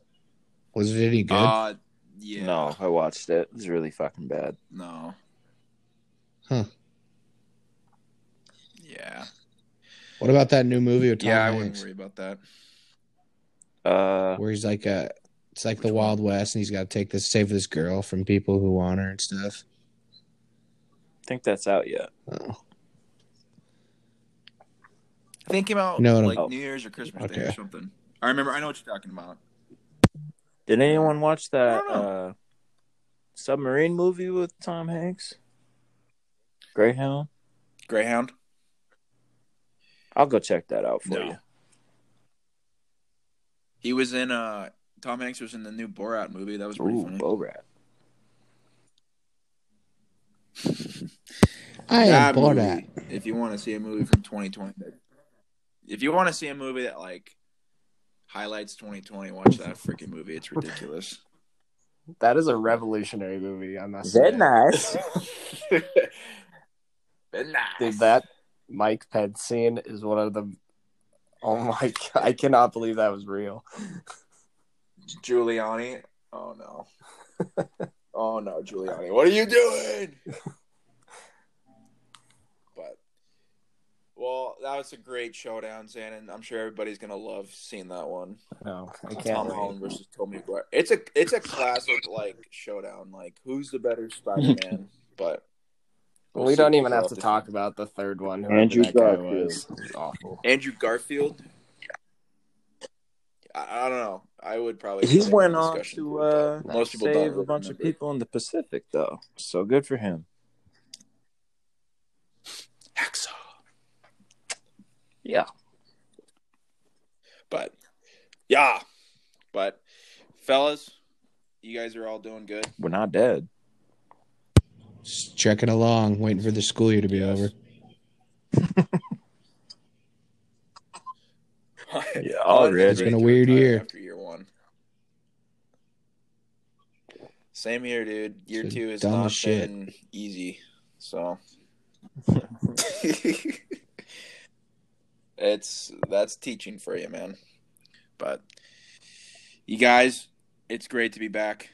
S3: Was it any good?
S1: Uh, yeah.
S5: No, I watched it. It was really fucking bad.
S1: No.
S3: Huh.
S1: Yeah.
S3: what about that new movie with Tom
S1: yeah, I wouldn't
S3: Hanks,
S1: worry about that.
S5: Uh,
S3: where he's like a, it's like the Wild West, and he's got to take this, save this girl from people who want her and stuff.
S5: think that's out yet.
S3: Oh,
S1: I think it came out
S3: No, no.
S1: like
S5: Oh.
S1: New Year's or Christmas Day or
S3: Okay.
S1: something. I remember. I know what you're talking about.
S5: Did anyone watch that
S1: I don't
S5: uh, submarine movie with Tom Hanks? Greyhound.
S1: Greyhound.
S5: I'll go check that out for
S1: No.
S5: you.
S1: He was in. uh Tom Hanks was in the new Borat movie. That was pretty
S5: Ooh,
S1: funny.
S5: Bo Rat.
S3: I am
S1: That
S3: bored at.
S1: movie, If you want to see a movie from 2020, if you want to see a movie that like highlights 2020, watch that freaking movie. It's ridiculous.
S4: That is a revolutionary movie. I must
S5: Very
S4: say.
S5: nice.
S4: Dude, that Mike Pence scene is one of the. Oh my god! I cannot believe that was real.
S1: Giuliani. Oh no. oh no, Giuliani. What are you doing? but well, that was a great showdown, Zan, and I'm sure everybody's gonna love seeing that one.
S4: No, I
S1: Tom
S4: can't. wait.
S1: Holland versus Tobey Maguire. It's a it's a classic like showdown. Like who's the better Spider Man? but
S4: We don't even have to talk about the third one. Whoever
S5: Andrew
S4: that guy
S5: Garfield.
S4: was, It was awful.
S1: Andrew Garfield. I, I don't know. I would probably.
S5: He
S1: put him in
S5: went on
S1: discussion
S5: to
S1: group,
S5: uh,
S1: but most people don't
S5: save a
S1: really
S5: bunch of
S1: remember.
S5: people in the Pacific, though. So good for him.
S1: Hacksaw.
S5: Yeah.
S1: But yeah, but fellas, you guys are all doing good.
S5: We're not dead.
S3: Just checking along, waiting for the school year to be
S1: Yes.
S3: over.
S5: Yeah,
S1: Well,
S5: already.
S3: It's been a weird
S1: retired
S3: year.
S1: after year one. Same here, dude. Year
S3: Shit,
S1: two is
S3: dumb as
S1: not
S3: shit.
S1: been easy, so it's that's teaching for you, man. But you guys, it's great to be back.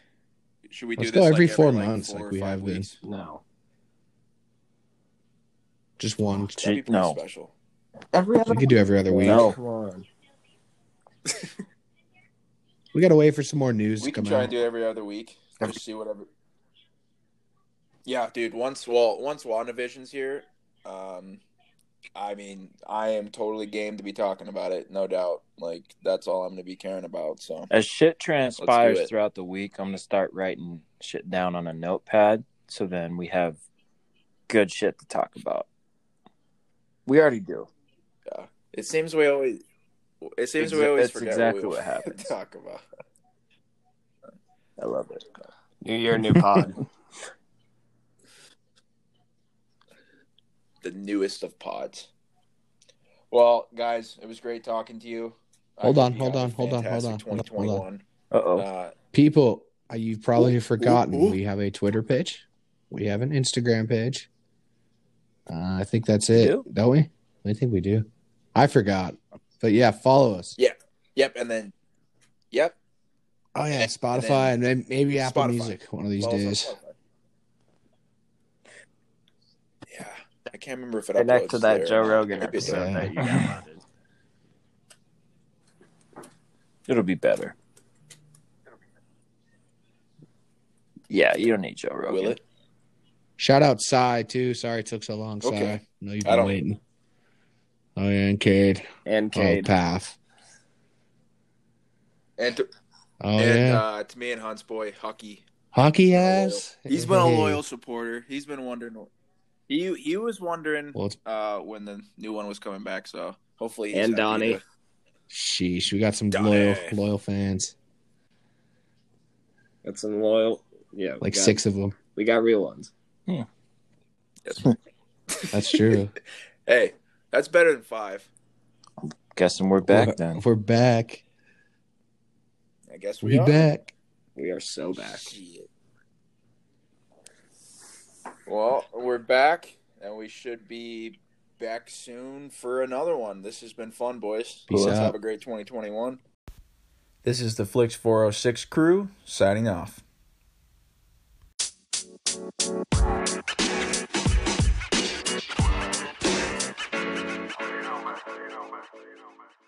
S1: Should we do
S3: Let's
S1: this
S3: go
S1: like,
S3: every four
S1: like,
S3: months
S1: four
S3: like
S1: or
S3: we
S1: five
S3: have been.
S1: weeks?
S4: No,
S3: Just one.
S1: That'd be pretty
S5: No.
S1: special.
S4: every other
S3: We could do every other week.
S5: No.
S4: Come on.
S3: We gotta wait for some more news
S1: we
S3: to
S1: can
S3: come
S1: try and
S3: out.
S1: do every other week. Just see whatever. Yeah, dude. Once well, once WandaVision's here, um, I mean, I am totally game to be talking about it. No doubt. Like that's all I'm going to be caring about. So
S5: As shit
S1: do
S5: transpires
S1: it.
S5: throughout the week, I'm gonna start writing shit down on a notepad So then we have good shit to talk about. We already do.
S1: It seems we always. It seems we
S5: Exa-
S1: always
S5: that's
S1: forget
S5: exactly
S1: we
S5: what happens.
S1: Talk about.
S5: I love it.
S4: New year, new pod.
S1: the newest of pods. Well, guys, it was great talking to you. I
S3: Hold
S1: hope
S3: on,
S1: you
S3: hold
S1: have a
S3: on, hold on, hold
S1: fantastic
S3: on, hold on, hold on.
S1: 2021.
S5: Uh oh.
S1: Uh,
S3: People, uh, you've probably forgotten
S1: ooh, ooh.
S3: we have a Twitter page, we have an Instagram page. Uh, I think that's
S5: We
S3: it,
S5: do?
S3: not we? I think we do. I forgot, but yeah, follow us.
S1: Yeah. yep, and then, yep.
S3: Oh yeah,
S1: And
S3: Spotify and, may- maybe Apple
S1: Spotify.
S3: Music one of these
S1: follow us on
S3: days.
S1: Spotify. Yeah, I can't remember if it
S4: Connect to
S1: uploads
S4: that
S1: there or
S4: Joe
S1: not.
S4: Rogan
S1: Maybe it
S4: episode
S1: does.
S3: Yeah.
S4: that you downloaded.
S5: It'll be better. Yeah, you don't need Joe Rogan.
S1: Will it?
S3: Shout out Cy too. Sorry it took so long, Cy.
S1: Okay.
S3: No, you've
S1: I
S3: been
S1: don't-
S3: waiting. Oh yeah, and Cade.
S5: And
S3: Oh,
S5: Cade.
S3: Path.
S1: And to,
S3: Oh
S1: and
S3: yeah,
S1: uh, to me and Hunt's boy Hucky,
S3: hockey
S1: been a
S3: ass.
S1: he's been a
S3: Hey.
S1: loyal supporter. He's been wondering. He he was wondering
S3: Well, it's-
S1: uh, when the new one was coming back. So hopefully, he's
S4: And
S1: happy
S4: Donnie.
S1: to-
S3: sheesh, we got some
S1: Done
S3: loyal
S1: it.
S3: loyal fans,
S4: That's some loyal. Yeah, we
S3: like
S4: got,
S3: six of them.
S4: We got real ones.
S3: That's true.
S1: Hey, that's better than five.
S5: Guessing we're back
S3: we're,
S5: then.
S3: we're back.
S1: I guess we
S3: We
S1: are.
S3: back.
S4: We are so back.
S1: Shit. Well, we're back, and we should be back soon for another one. This has been fun, boys.
S3: Peace
S1: Let's
S3: out.
S1: have a great 2021. This is the Flicks 406 crew signing off.
S6: You know, man. You know, man. You know, man.